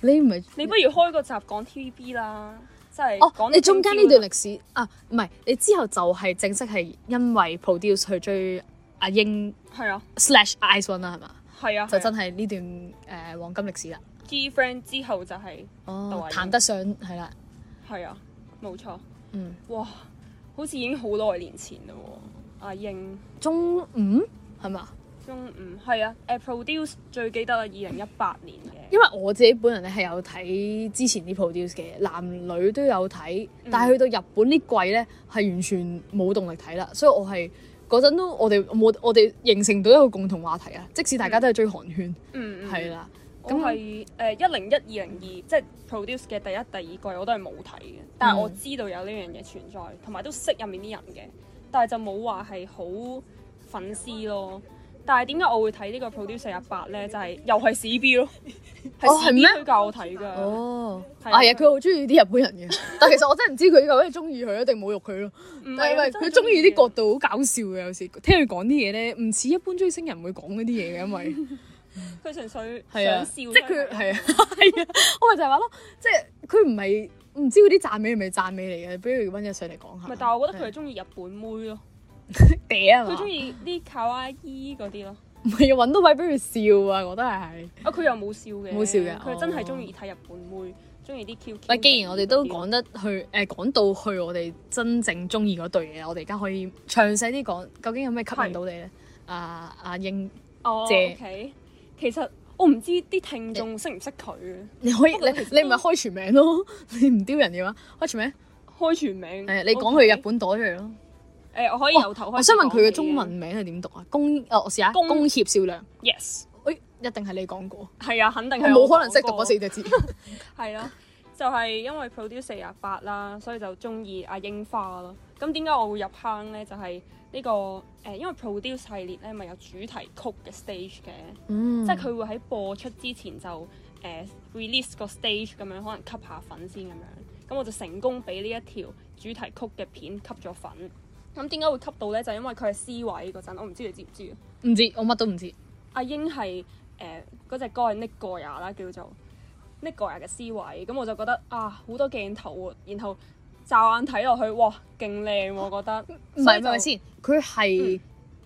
S2: 你唔係
S3: 你不如開個集講 TVB 啦，即係
S2: 哦
S3: 講，
S2: 你中間呢
S3: 中
S2: 段歷史啊，唔係你之後就係正式係因為 produce 去追阿英
S3: 招係啊，
S2: slash Ice One 啦，係嘛？
S3: 係啊，
S2: 就真
S3: 係
S2: 係呢段誒、呃黃金歷史啦。
S3: G friend 之後就係
S2: 哦
S3: 導，演
S2: 談得上係啦，
S3: 係啊，冇錯。
S2: 嗯，
S3: 哇，好似已經好耐年前嘞喎，阿英
S2: 中五係嘛？
S3: 中午係啊誒 produce 最記得啊，二零一八年嘅。
S2: 因為我自己本人咧係有睇之前啲 produce 嘅，男女都有睇，
S3: 嗯
S2: 但係去到日本呢季咧係完全冇動力睇啦，所以我係嗰陣都我哋冇我哋形成到一個共同話題啊，即使大家都係追韓圈，
S3: 嗯，
S2: 係
S3: 啦。
S2: 啦、
S3: 咁
S2: 咁
S3: 係誒一零一二零二，即係 produce 嘅第一、第二季，我都係冇睇嘅。
S2: 嗯
S3: 但係我知道有呢樣嘢存在，同埋都識入面啲人嘅，但係就冇話係好粉絲咯。但係點解我會睇呢個 produce 廿八咧？就係、又係史 B 咯，
S2: 哦
S3: 係
S2: 係
S3: 史 B
S2: 咩
S3: 推介我睇㗎。
S2: 哦，
S3: 係
S2: 係
S3: 啊
S2: 啊，佢好中意啲日本人
S3: *laughs*
S2: 嘅，但其實我真係唔知佢究竟中意佢一定侮辱佢咯。
S3: 唔
S2: 但係
S3: 啊
S2: 咪
S3: 真
S2: 佢
S3: 係
S2: 中意
S3: 嘅
S2: 啲角度好搞笑嘅，有時聽佢講啲嘢咧，唔似一般追星人會講嗰啲嘢嘅，因為
S3: 佢純粹
S2: 係
S3: 想
S2: 啊，
S3: 笑，
S2: 即係佢係啊，係啊， *laughs* 我咪就係話咯，即係佢唔係唔知嗰啲讚美係咪讚美嚟嘅，俾佢温一上嚟講下。
S3: 唔係，但係我覺得佢係中意日本妹咯，
S2: 嗲啊嘛，
S3: 佢中意啲卡哇伊嗰啲咯。
S2: 唔係要揾到位俾佢笑啊！我覺得係。
S3: 啊，佢又冇笑嘅，
S2: 冇笑嘅
S3: 佢真係
S2: 哦
S3: 中意睇日本妹，中意啲 Q Q。
S2: 嗱，既然我哋都講得去，誒、講到去我哋真正中意嗰對嘢，我哋而家可以詳細啲講，究竟有咩吸引到你咧？啊，阿英，
S3: 哦
S2: 謝
S3: ，OK，其實我唔知啲聽眾識唔識佢嘅，
S2: *laughs* 你可以你你唔係開全名咯， *laughs* 你唔丟人嘅話，開全名
S3: 開全名。
S2: 誒，啊你講佢日
S3: OK，
S2: 本袋出嚟咯。
S3: 誒，我可以由頭開始。
S2: 我想問佢嘅中文。名係點讀啊？工誒，我試下
S3: 工
S2: 工協少量，
S3: Yes，
S2: 誒，一定係你講過，
S3: 係啊，肯定
S2: 我
S3: 係
S2: 冇
S3: 我
S2: 可能識讀
S3: 講過
S2: 嗰四隻字。
S3: 係啦，就係、因為 produce 四廿八啦，所以就中意阿櫻花啦。咁點解我會入坑呢？就係、呢、個誒、因為 produce 系列咧咪有主題曲嘅 stage 嘅，
S2: *laughs* 嗯，
S3: 即係佢會喺播出之前就誒、release 個 stage 咁樣，可能吸下粉先咁樣。咁我就成功俾呢一條主題曲嘅片吸咗粉。咁點解會吸到呢？就因為佢係 C 位嗰陣，我唔知你知唔知啊
S2: 唔知，我乜都唔知。
S3: 阿英係誒嗰隻歌係 Nick Goya 啦，叫做 Nick Goya 嘅思維，咁我就覺得啊好多鏡頭喎，然後驟眼睇落去，哇勁靚喎我覺得，
S2: 唔
S3: 所
S2: 係
S3: 以
S2: 唔
S3: 就
S2: 係先，佢係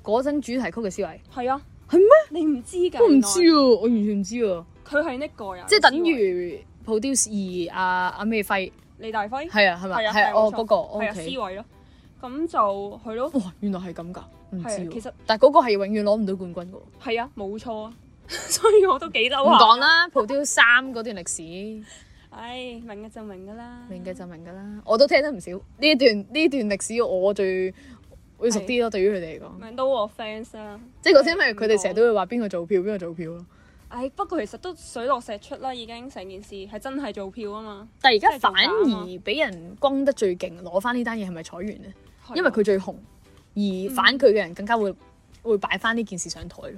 S2: 嗰陣主題曲嘅思維。
S3: 係啊，
S2: 係咩？
S3: 你唔知㗎，
S2: 我唔
S3: 原來
S2: 知喎，我完全唔知啊喎。
S3: 佢係 Nick Goya，
S2: 即係
S3: 嘅思
S2: 等
S3: 維
S2: 於 produce 二啊阿咩輝
S3: 李大輝，
S2: 係啊係咪？
S3: 係啊
S2: 係啊
S3: 冇
S2: 哦
S3: 錯
S2: 嗰個
S3: 係啊思
S2: OK。
S3: 維咯，咁就係咯，
S2: 哇，原來係咁㗎，唔知
S3: 係啊其
S2: 喎。
S3: 實
S2: 但係嗰個係永遠攞唔到冠軍㗎喎。
S3: 係啊冇錯啊， *laughs* 所以我都幾嬲
S2: 唔
S3: 啊，
S2: 講啦，produce 三嗰段歷史，
S3: 唉明嘅就明㗎啦，
S2: 明嘅就明㗎啦。我都聽得唔少呢一段呢段歷史，我最會熟啲咯。對於佢哋嚟講，
S3: 明到我 fans 啦。
S2: 即係嗰啲因為佢哋成日都會話邊個做票邊個做票咯。
S3: 唉，不過其實都水落石出啦，已經成件事係真係做票啊嘛。
S2: 但係而家
S3: 真係做
S2: 反
S3: 假啊
S2: 而俾人轟得最勁，攞翻呢單嘢係咪彩源咧？
S3: 係啊嗯
S2: 因為佢最紅，而反佢嘅人更加會會擺翻呢件事上台咯。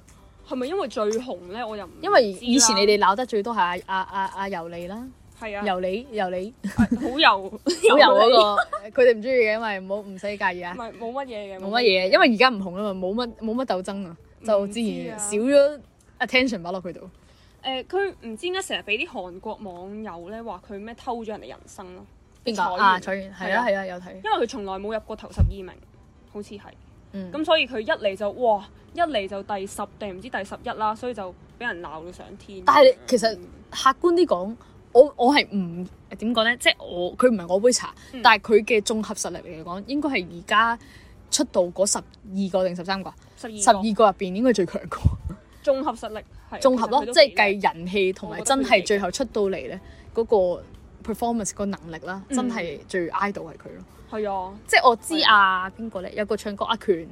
S3: 係咪因為最紅嗯咧？我又唔
S2: 因為
S3: 知啦
S2: 以前你哋鬧得最多係阿阿阿阿尤里啦，
S3: 係啊，
S2: 尤里尤里
S3: *laughs* 好油
S2: 好
S3: *laughs* 好
S2: 油 *laughs* 嗰個，佢哋唔中意嘅，因為唔好唔使介意啊
S3: 唔，係冇乜嘢嘅，
S2: 冇乜嘢，因為而家唔紅啊嘛，冇乜冇乜鬥爭啊，就自
S3: 唔知啊
S2: 然少咗 attention 擺落佢度。
S3: 誒，佢唔知點解成日俾啲韓國網友咧話佢咩偷咗人哋人生咯，
S2: 邊
S3: 彩
S2: 個
S3: 源
S2: 啊？彩源係啊
S3: 係
S2: 係啊有睇，
S3: 因為佢從來冇入過頭十二名，好似係
S2: 嗯
S3: 咁，所以佢一嚟就哇，一嚟就第十定唔知第十一啦，所以就俾人鬧到上天。嗯
S2: 但係你其實客觀啲講，我我係唔點講咧，即係我佢唔係我杯茶，
S3: 嗯
S2: 但係佢嘅綜合實力嚟講，應該係而家出道嗰十二個定十三個啊，
S3: 十
S2: 十
S3: 二
S2: 二個入邊應該最強 *laughs* 個。
S3: 綜合實力係
S2: 綜合咯，即
S3: 計。
S2: 係計人氣同埋真係最後出到嚟咧嗰個 performance 個能力啦，
S3: 嗯
S2: 真係最 idol 係佢咯。
S3: 係啊，
S2: 即係我知啊，邊個咧？有個唱歌阿 *laughs* 權，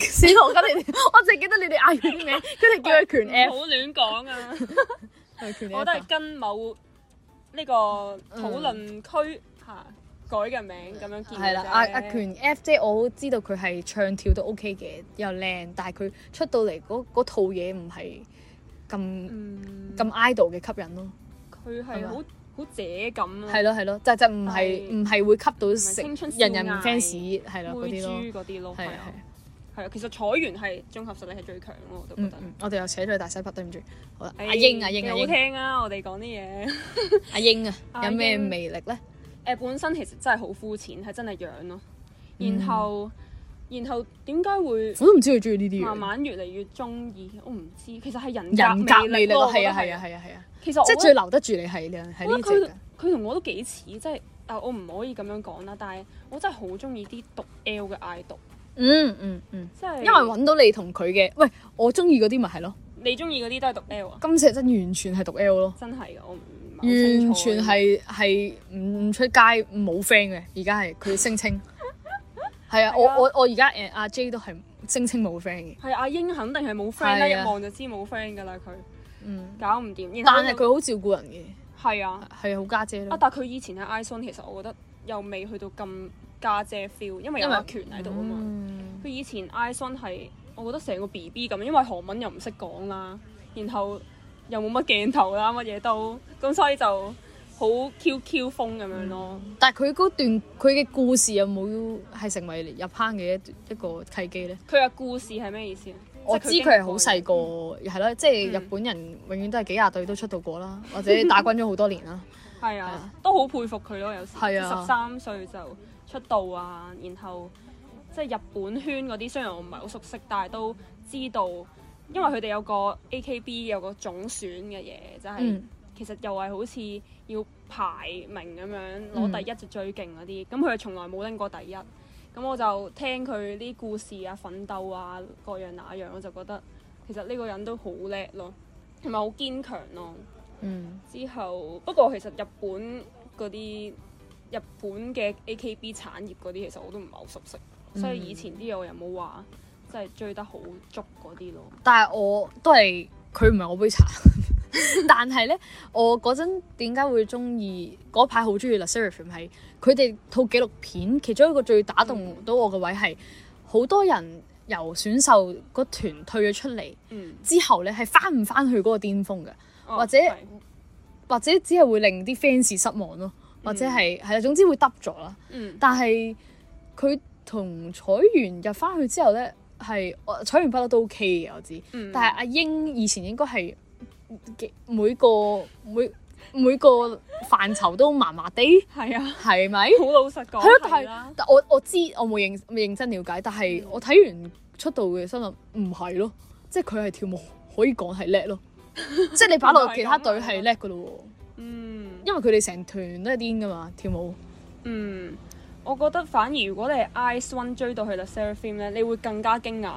S2: 死啦！我覺得你哋，我淨係記得你哋嗌佢啲名，佢哋叫佢權 F，
S3: 唔好亂講啊！
S2: *laughs* 係權
S3: 我
S2: F
S3: 都
S2: 啊。
S3: 係跟某呢個討論區嚇改嘅名咁樣見
S2: 嗯係啦，啊
S3: 啫
S2: 阿阿權 F J 我好知道佢係唱跳都 OK 嘅，又靚，但係佢出到嚟嗰嗰套嘢唔係咁
S3: 嗯
S2: 咁 idol 嘅吸引咯，
S3: 佢
S2: 係
S3: 係
S2: 嘛
S3: 好好姐咁啊，
S2: 係咯係咯，就就唔係
S3: 係
S2: 唔係會
S3: 係
S2: 吸
S3: 青
S2: 到
S3: 春
S2: 成
S3: 少
S2: 人人
S3: 艾
S2: fans 係啦嗰
S3: 妹
S2: 啲咯，
S3: 豬嗰啲咯，
S2: 係
S3: 係
S2: 啊
S3: 啊
S2: 係啊。
S3: 係啊，其實彩源係綜合實力係最強咯，我都覺
S2: 嗯
S3: 得。
S2: 嗯，我哋又扯咗去大西北，對唔住。好啦，
S3: 哎
S2: 阿英阿英
S3: 幾
S2: 阿
S3: 好
S2: 英
S3: 聽啊！我哋講啲嘢，
S2: *laughs* 阿英啊，
S3: 阿
S2: 有咩
S3: 英
S2: 魅力咧？
S3: 誒本身其實真係好膚淺，係真係樣咯。
S2: 嗯
S3: 然後，然後點解會
S2: 我都唔知佢中意呢啲嘢。
S3: 慢慢越嚟越中意？我唔知，其實係
S2: 人格
S3: 人格
S2: 魅力
S3: 咯，
S2: 咯，
S3: 我覺
S2: 係
S3: 得
S2: 啊係啊。係啊係啊，
S3: 其實我
S2: 即係
S3: 覺
S2: 最
S3: 得
S2: 留得住你係呢係
S3: 我
S2: 呢
S3: 覺
S2: 只
S3: 得
S2: 㗎。
S3: 佢同我都幾似，即係啊，我唔可以咁樣講啦，但係我真係好中意啲讀 L 嘅嗌讀，
S2: 嗯嗯嗯，
S3: 即係
S2: 因為揾到你同佢嘅，喂，我中意嗰啲咪係咯。
S3: 你中意嗰啲都係讀 L 啊，
S2: 金石真完全係讀 L 咯，
S3: 真係嘅，我唔係好清
S2: 完
S3: 楚
S2: 全係係唔唔出街冇 friend 嘅，而家係佢聲 *laughs* 稱係啊！我
S3: 係啊
S2: 我我而家誒阿 J 都係聲稱冇 friend 嘅，
S3: 係阿英肯定係冇 friend 啦，
S2: 係
S3: 一
S2: 啊
S3: 望就知冇 friend 㗎啦，佢
S2: 嗯，
S3: 搞唔掂。然後
S2: 但係佢好照顧人嘅，
S3: 係啊，
S2: 係好家姐
S3: 啊
S2: 咯，
S3: 但係佢以前喺 Ison 其實我覺得又未去到咁家姐 feel，因為有
S2: 因為
S3: 阿權喺度啊嘛。
S2: 嗯
S3: 佢以前 Ison 係我覺得成個 B B 咁，因為韓文又唔識講啦，然後又冇乜鏡頭啦，乜嘢都咁，所以就好 Q Q 風咁樣咯。
S2: 但係佢嗰段佢嘅故事有冇係成為入坑嘅一一個契機咧？
S3: 佢嘅故事係咩意思啊？
S2: 我知
S3: 即
S2: 佢係
S3: 經
S2: 好
S3: 過
S2: 細個，係咯，即係日本人永遠都係幾廿隊都出道過啦，或者 *laughs* 打滾咗好多年啦。
S3: 係
S2: 係
S3: 啊
S2: 啊，
S3: 都好佩服佢咯。有時
S2: 係啊
S3: 十三歲就出道啊，然後即係日本圈嗰啲，雖然我唔係好熟悉，但係都知道，因為佢哋有個 AKB 有個總選嘅嘢，就係、
S2: 嗯
S3: 其實又係好似要排名咁樣
S2: 嗯
S3: 攞第一就最勁嗰啲，咁佢係從來冇拎過第一。咁我就聽佢啲故事啊、奮鬥啊、各樣那樣，我就覺得其實呢個人都好叻咯，同埋好堅強咯。
S2: 嗯，
S3: 之後，不過其實日本嗰啲日本嘅 AKB 產業嗰啲，其實我都唔係好熟悉，
S2: 嗯
S3: 所以以前啲嘢我又冇話即係追得好足嗰啲咯。
S2: 但係我都係佢唔係我杯茶， *laughs* 但係咧，我嗰陣點解會中意嗰排好中意 La Seraphim 係佢哋套紀錄片，其中一個最打動到我嘅位係好多人由選秀嗰團退咗出嚟
S3: 嗯，
S2: 之後咧，係翻唔翻去嗰個巔峰嘅。
S3: 哦
S2: 或者
S3: 係
S2: 或者只係會令啲 fans 失望咯，或者係係啦，總之會耷咗啦。
S3: 嗯
S2: 但係佢同彩源入翻去之後咧，係我彩源不嬲都 OK 嘅，我知。
S3: 嗯，
S2: 但係阿英以前應該係幾每個每每個範疇都麻麻地，
S3: 係啊， *laughs*
S2: 係咪？
S3: 好老實講
S2: 係咯，但
S3: 係啦嗯
S2: 係，但我我知我冇認冇認真了解，但係我睇完出道嘅心諗唔係咯，即係佢係跳舞可以講係
S3: *laughs*
S2: 叻咯，即係你擺落其他隊係叻噶咯喎。
S3: 嗯
S2: 因為佢哋成團都係癲噶嘛，跳舞。
S3: 嗯，我覺得反而如果你係 Ice One 追到去 The Seraphim 咧，你會更加驚訝，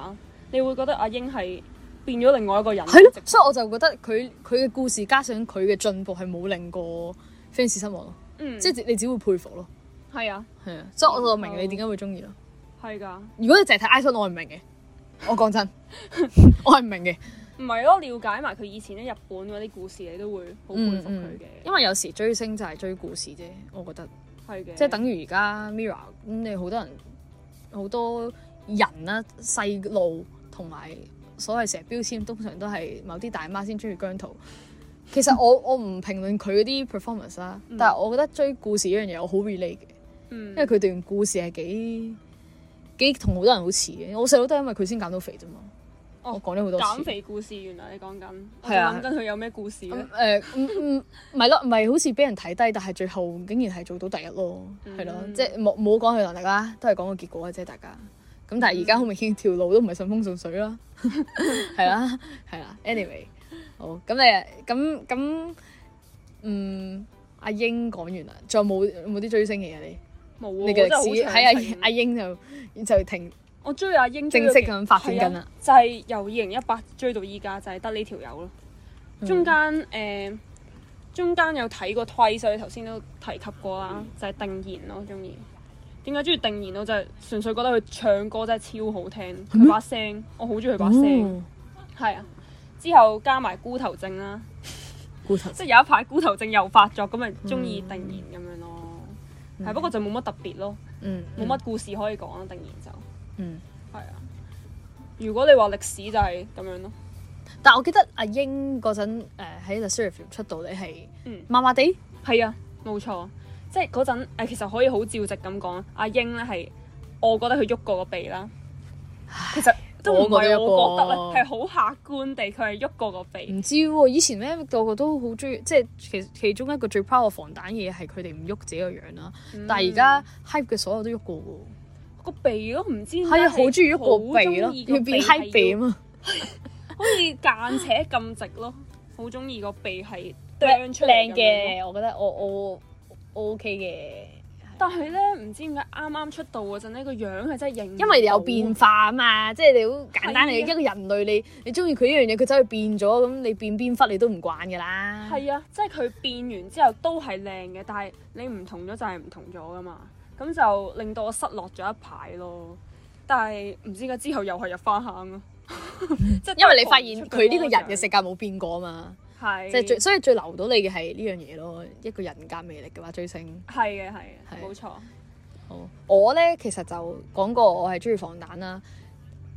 S3: 你會覺得阿英係變咗另外一個人。
S2: 係咯
S3: 直，
S2: 所以我就覺得佢佢嘅故事加上佢嘅進步係冇令過 fans 失望咯，
S3: 嗯，
S2: 即係你只會佩服咯。
S3: 係啊，
S2: 係啊，所以我就明
S3: 哦
S2: 你點解會中意咯。
S3: 係㗎。
S2: 如果你淨係睇 iPhone，我係唔明嘅。我講 *laughs* 真，我係唔明嘅。
S3: 唔係咯，了解埋佢以前喺日本嗰啲故事，你都會好佩
S2: 嗯
S3: 服佢
S2: 嗯
S3: 嘅，，
S2: 因為有時追星就係追故事啫，我覺得。
S3: 係嘅，
S2: 即係等於而家 Mira 咁，你好多人好多人啦，細路同埋所謂成日標籤，通常都係某啲大媽先中意姜濤。其實 *laughs* 我我唔評論佢嗰啲 performance 啦，
S3: 嗯
S2: 但係我覺得追故事呢樣嘢我好 relate 嘅，
S3: 嗯，
S2: 因為佢段故事係幾幾同好多人好似嘅。我細佬都係因為佢先減到肥啫嘛。
S3: 哦
S2: 我講咗好多次。
S3: 減肥故事，原來你講緊，我就
S2: 係啊
S3: 諗緊佢有咩故事咧
S2: 咁，誒唔唔唔係咯，唔係好似俾人睇低，但係最後竟然係做到第一咯，係咯，
S3: 嗯
S2: 即係冇冇講佢能力啦，都係講個結果嘅啫，大家。咁但係而家好明顯條路都唔係順風
S3: *laughs*
S2: 順水啦，係啦，係啦。anyway，好咁你咁咁嗯，阿英講完啦，仲有冇冇啲追星嘅嘢你？
S3: 冇喎，
S2: 你嘅
S3: 我真係好
S2: 歷史喺
S3: 長
S2: 阿阿英就就停
S3: 我追阿英
S2: 啊正
S3: 追
S2: 式
S3: 咗幾
S2: 咁發展緊啊啦。
S3: 就係由二零一八追到依家，就係得呢條友咯。
S2: 嗯
S3: 中間誒、呃中間有睇過 Twice，你頭先都提及過
S2: 嗯
S3: 啦，就係定妍咯，中意。點解中意定妍？我就係純粹覺得佢唱歌真係超好聽，佢把聲，我好中意佢把聲，
S2: 哦
S3: 係啊。之後加埋孤頭症啦，
S2: 固頭
S3: 即係有一排孤頭症又發作，咁咪中意定妍咁樣咯。係不過就冇乜特別咯，
S2: 嗯，
S3: 冇乜故事可以講啦，定然就
S2: 嗯。
S3: 係啊。如果你話歷史就係咁樣咯，
S2: 但我記得阿英嗰陣誒喺 The Series 出道，你係
S3: 嗯
S2: 麻麻地，
S3: 係啊，冇錯。即係嗰陣誒，其實可以好照直咁講，阿英咧係我覺得佢喐過個鼻啦。其實都唔
S2: 我覺得
S3: 係
S2: 喐
S3: 我覺得
S2: 過
S3: 咧，係好客觀地佢係喐過個鼻。
S2: 唔知喎。以前咧個個都好中意，即係其其中一個最 proud 嘅防彈嘢係佢哋唔喐自己個樣啦。嗯
S3: 嗯
S2: 但係而家 hype 嘅所有都喐過喎，
S3: 個鼻咯，唔知點解
S2: 係啊，好中意喐
S3: 好
S2: 個鼻咯
S3: 鍾意，個
S2: 要變
S3: 鼻
S2: hype 鼻啊嘛。
S3: 好似間且咁直咯，好中意個鼻係啄出嚟
S2: 靚
S3: 咁樣咯。
S2: 嘅，我覺得我我我 OK 嘅，
S3: 但係咧，唔知點解啱啱出道嗰陣咧，個樣係真係認唔到，
S2: 因為有變化啊嘛，即係你好簡
S3: 係啊
S2: 單嚟，一個人類你你中意佢一樣嘢，佢走去變咗，咁你變邊忽你都唔慣㗎啦。
S3: 係啊，即係佢變完之後都係靚嘅，但係你唔同咗就係唔同咗噶嘛，咁就令到我失落咗一排咯。但係唔知點解之後又係入翻坑咯， *laughs* 即係
S2: 嗯因為你發現佢呢個人嘅性格冇變過啊嘛，
S3: 係
S2: 即係最所以最留到你嘅係呢樣嘢咯，一個人格魅力嘅話追星。
S3: 係嘅係
S2: 係
S3: 嘅，冇錯。
S2: 好，我咧其實就講過我係中意防彈啦，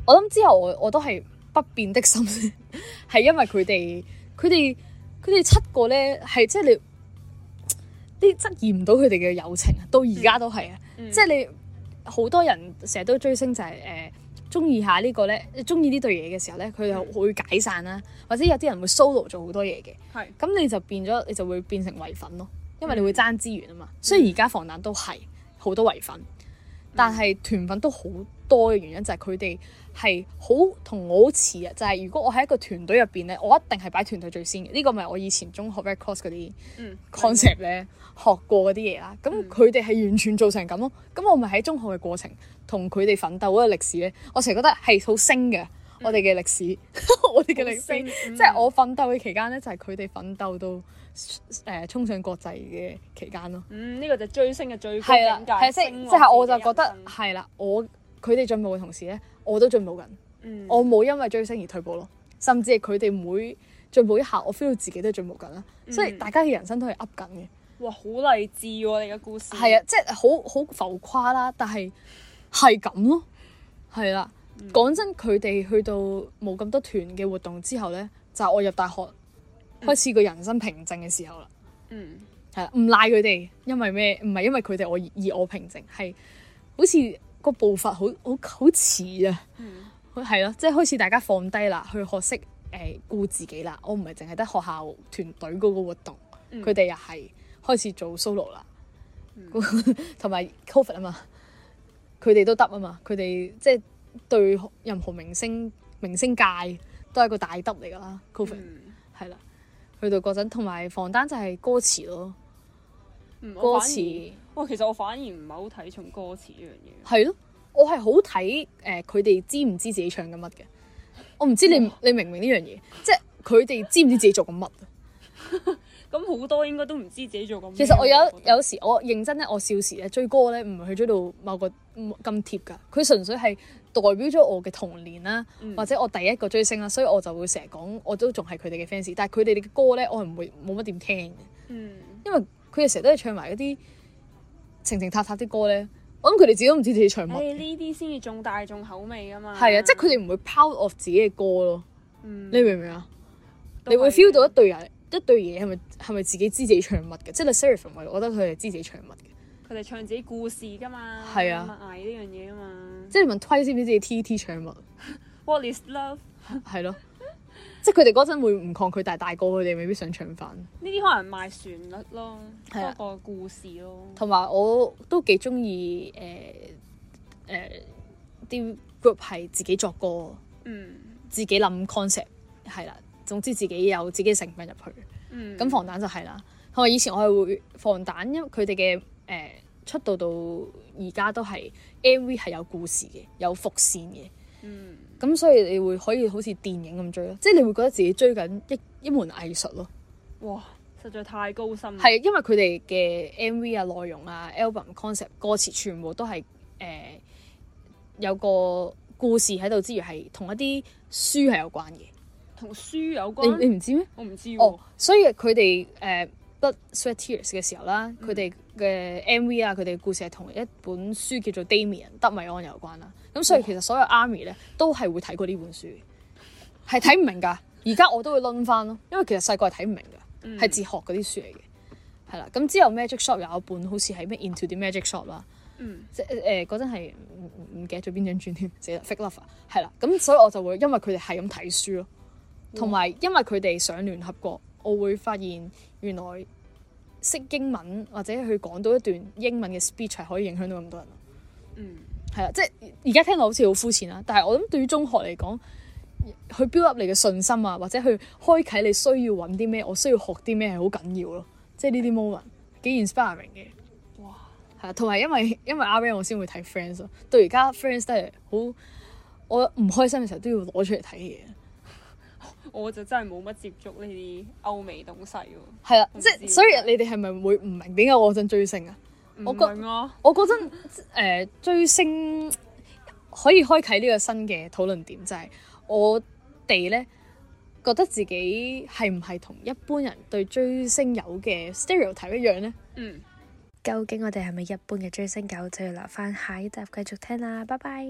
S2: 我諗之後我我都係不變的心， *laughs* 係因為佢哋佢哋佢哋七個咧係即係你你質疑唔到佢哋嘅友情，到而家都係啊。
S3: 嗯
S2: 即係你好多人成日都追星就係誒中意下呢個咧，中意呢對嘢嘅時候咧，佢就會解散啦，或者有啲人會 solo 做好多嘢嘅，
S3: 係
S2: 咁你就變咗你就會變成唯粉咯，
S3: 嗯
S2: 因為你會爭資源啊嘛。雖然而家防彈都係好多唯粉，但係團粉都好多嘅原因就係佢哋係好同我好似啊，就係、如果我喺一個團隊入邊咧，我一定係擺團隊最先嘅。呢、個咪我以前中學 red cross 嗰啲。
S3: 嗯
S2: concept 咧學過嗰啲嘢啦，咁
S3: 嗯
S2: 佢哋係完全做成咁咯。咁我咪喺中學嘅過程同佢哋奮鬥嗰個歷史咧，我成日覺得係好升嘅。我哋嘅歷史， *laughs* 我哋嘅歷
S3: 好升
S2: 史，
S3: 嗯
S2: 即係我奮鬥嘅期間咧，就係佢哋奮鬥到誒衝上國際嘅期間咯。
S3: 嗯，呢個就追星嘅最高
S2: 係啦，
S3: 境界。
S2: 係即係
S3: 升
S2: 即係
S3: 落
S2: 我
S3: 自己
S2: 就覺得啊
S3: 人生
S2: 係啦，我佢哋進步嘅同時咧，我都進步緊，
S3: 嗯
S2: 我冇因為追星而退步咯，甚至係佢哋每進步一下，我 feel 到自己都進步緊啦。所以
S3: 嗯
S2: 大家嘅人生都係 up 緊嘅。
S3: 哇，好勵志喎！你嘅故事
S2: 係啊，即係好好浮誇啦，但係係咁咯，係啦。
S3: 嗯
S2: 講真，佢哋去到冇咁多團嘅活動之後咧，就係我入大學開始個人生平靜嘅時候啦。
S3: 嗯
S2: 係啦，唔賴佢哋，因為咩？唔係因為佢哋我而而我平靜，係好似個步伐好好好似啊，
S3: 嗯
S2: 係咯，即係開始大家放低啦，去學識誒、呃、顧自己啦。我唔係淨係得學校團隊嗰個活動，
S3: 嗯
S2: 佢哋又係開始做 solo 啦
S3: 嗯，
S2: *laughs* 同埋 covid 啊嘛，佢哋都得啊嘛，佢哋即係對任何明星明星界都係一個大得嚟㗎啦，covid
S3: 嗯
S2: 係啦，去到嗰陣同埋防彈就係歌詞咯，
S3: 嗯
S2: 歌
S3: 我反而
S2: 詞
S3: 哇，其實我反而唔係好睇重歌詞呢樣嘢。
S2: 係咯，我係好睇誒佢哋知唔知自己唱緊乜嘅，我唔知你你明唔明呢樣嘢，即係佢哋知唔知自己做緊乜啊。
S3: 咁好多應該都唔知自己做咁。
S2: 其實我有有時我認真咧，我少時咧追歌咧，唔係去追到某個嗯咁貼㗎，佢純粹係代表咗我嘅童年啦，
S3: 嗯
S2: 或者我第一個追星啦，所以我就會成日講，我都仲係佢哋嘅 fans，但係佢哋嘅歌咧，我係唔會冇乜點聽嘅，
S3: 嗯
S2: 因為佢哋成日都係唱埋嗰啲情情塔塔啲歌咧，我諗佢哋自己都唔知自己唱乜，
S3: 誒呢啲先至中大眾口味噶嘛。
S2: 係啊，即係佢哋唔會 proud of 自己嘅歌咯，
S3: 嗯
S2: 你明唔明啊？
S3: 都
S2: 你會
S3: 係
S2: feel 到一對人一對嘢係咪係咪自己知自己唱乜嘅？即係 The Seraphim，我覺得佢哋知自己唱乜嘅。
S3: 佢哋唱自己故事噶嘛。
S2: 係啊
S3: 默嗌呢樣嘢啊嘛。
S2: 即係你問 Twice 知唔知自己 T.T 唱乜？
S3: What is love？
S2: 係咯，即係佢哋嗰陣會唔抗拒，但係大個佢哋未必想唱翻。
S3: 呢啲可能賣旋律咯，
S2: 係啊
S3: 多過故事咯。
S2: 同埋我都幾中意誒誒啲 group 係自己作歌，
S3: 嗯
S2: 自己諗 concept 係啦。總之自己有自己嘅成分入去。
S3: 嗯。
S2: 咁防彈就係啦。同埋以前我係會防彈，因為佢哋嘅誒出道到而家都係 M.V 係有故事嘅，有伏線嘅。
S3: 嗯
S2: 咁所以你會可以好似電影咁追咯，即係你會覺得自己追緊一一門藝術咯。
S3: 哇，實在太高深。
S2: 係因為佢哋嘅 MV 啊、內容啊、album concept、歌詞全部都係誒、呃有個故事喺度之餘，係同一啲書係有關嘅。
S3: 同書有關。
S2: 你你唔知咩？
S3: 我唔知喎。
S2: 哦，所以佢哋誒 Blood Sweat Tears 嘅時候啦，佢哋嘅 MV 啊，佢哋嘅故事係同一本書叫做 Damien 德米安有關啦。咁所以其實所有 Army 咧都係會睇過呢本書嘅，係睇唔明㗎。而家我都會攆翻咯，因為其實細個係睇唔明㗎，係自學嗰啲書嚟嘅。係啦，咁之後 Magic Shop 有一本好似係咩 Into the Magic Shop 啦。
S3: 嗯
S2: 即係誒嗰陣係唔唔唔記得咗邊張專添，死啦 Fake Love 啊係啦，咁所以我就會因為佢哋係咁睇書咯，同埋因為佢哋上聯合國，我會發現原來識英文或者佢講到一段英文嘅 speech 係可以影響到咁多人咯，
S3: 嗯，
S2: 係啦，啊即係而家聽落好似好膚淺啊啦，但係我諗對於中學嚟講，去 build up 你嘅信心啊，或者去開啟你需要揾啲咩，我需要學啲咩係好緊要咯，即係呢啲 moment 幾 inspiring 嘅。
S3: 哇！
S2: 係啊，同埋因為因為 R M 我先會睇 Friends 咯，到而家 Friends 都係好我唔開心嘅時候都要攞出嚟睇嘅嘢。
S3: 我就真係冇乜接觸呢啲歐美東西喎。
S2: 係啦，
S3: 唔
S2: 即係
S3: 知啊
S2: 所以你哋係咪會唔明點解我嗰陣追星啊？我
S3: 唔
S2: 覺
S3: 明啊，
S2: 我嗰陣誒追星可以開啟呢個新嘅討論點，就係、我哋咧覺得自己係唔係同一般人對追星友嘅 stereotype 一樣咧？
S3: 嗯，
S4: 究竟我哋係咪一般嘅追星狗，就要留翻下一集繼續聽啦，拜拜。